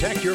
[SPEAKER 8] Protect your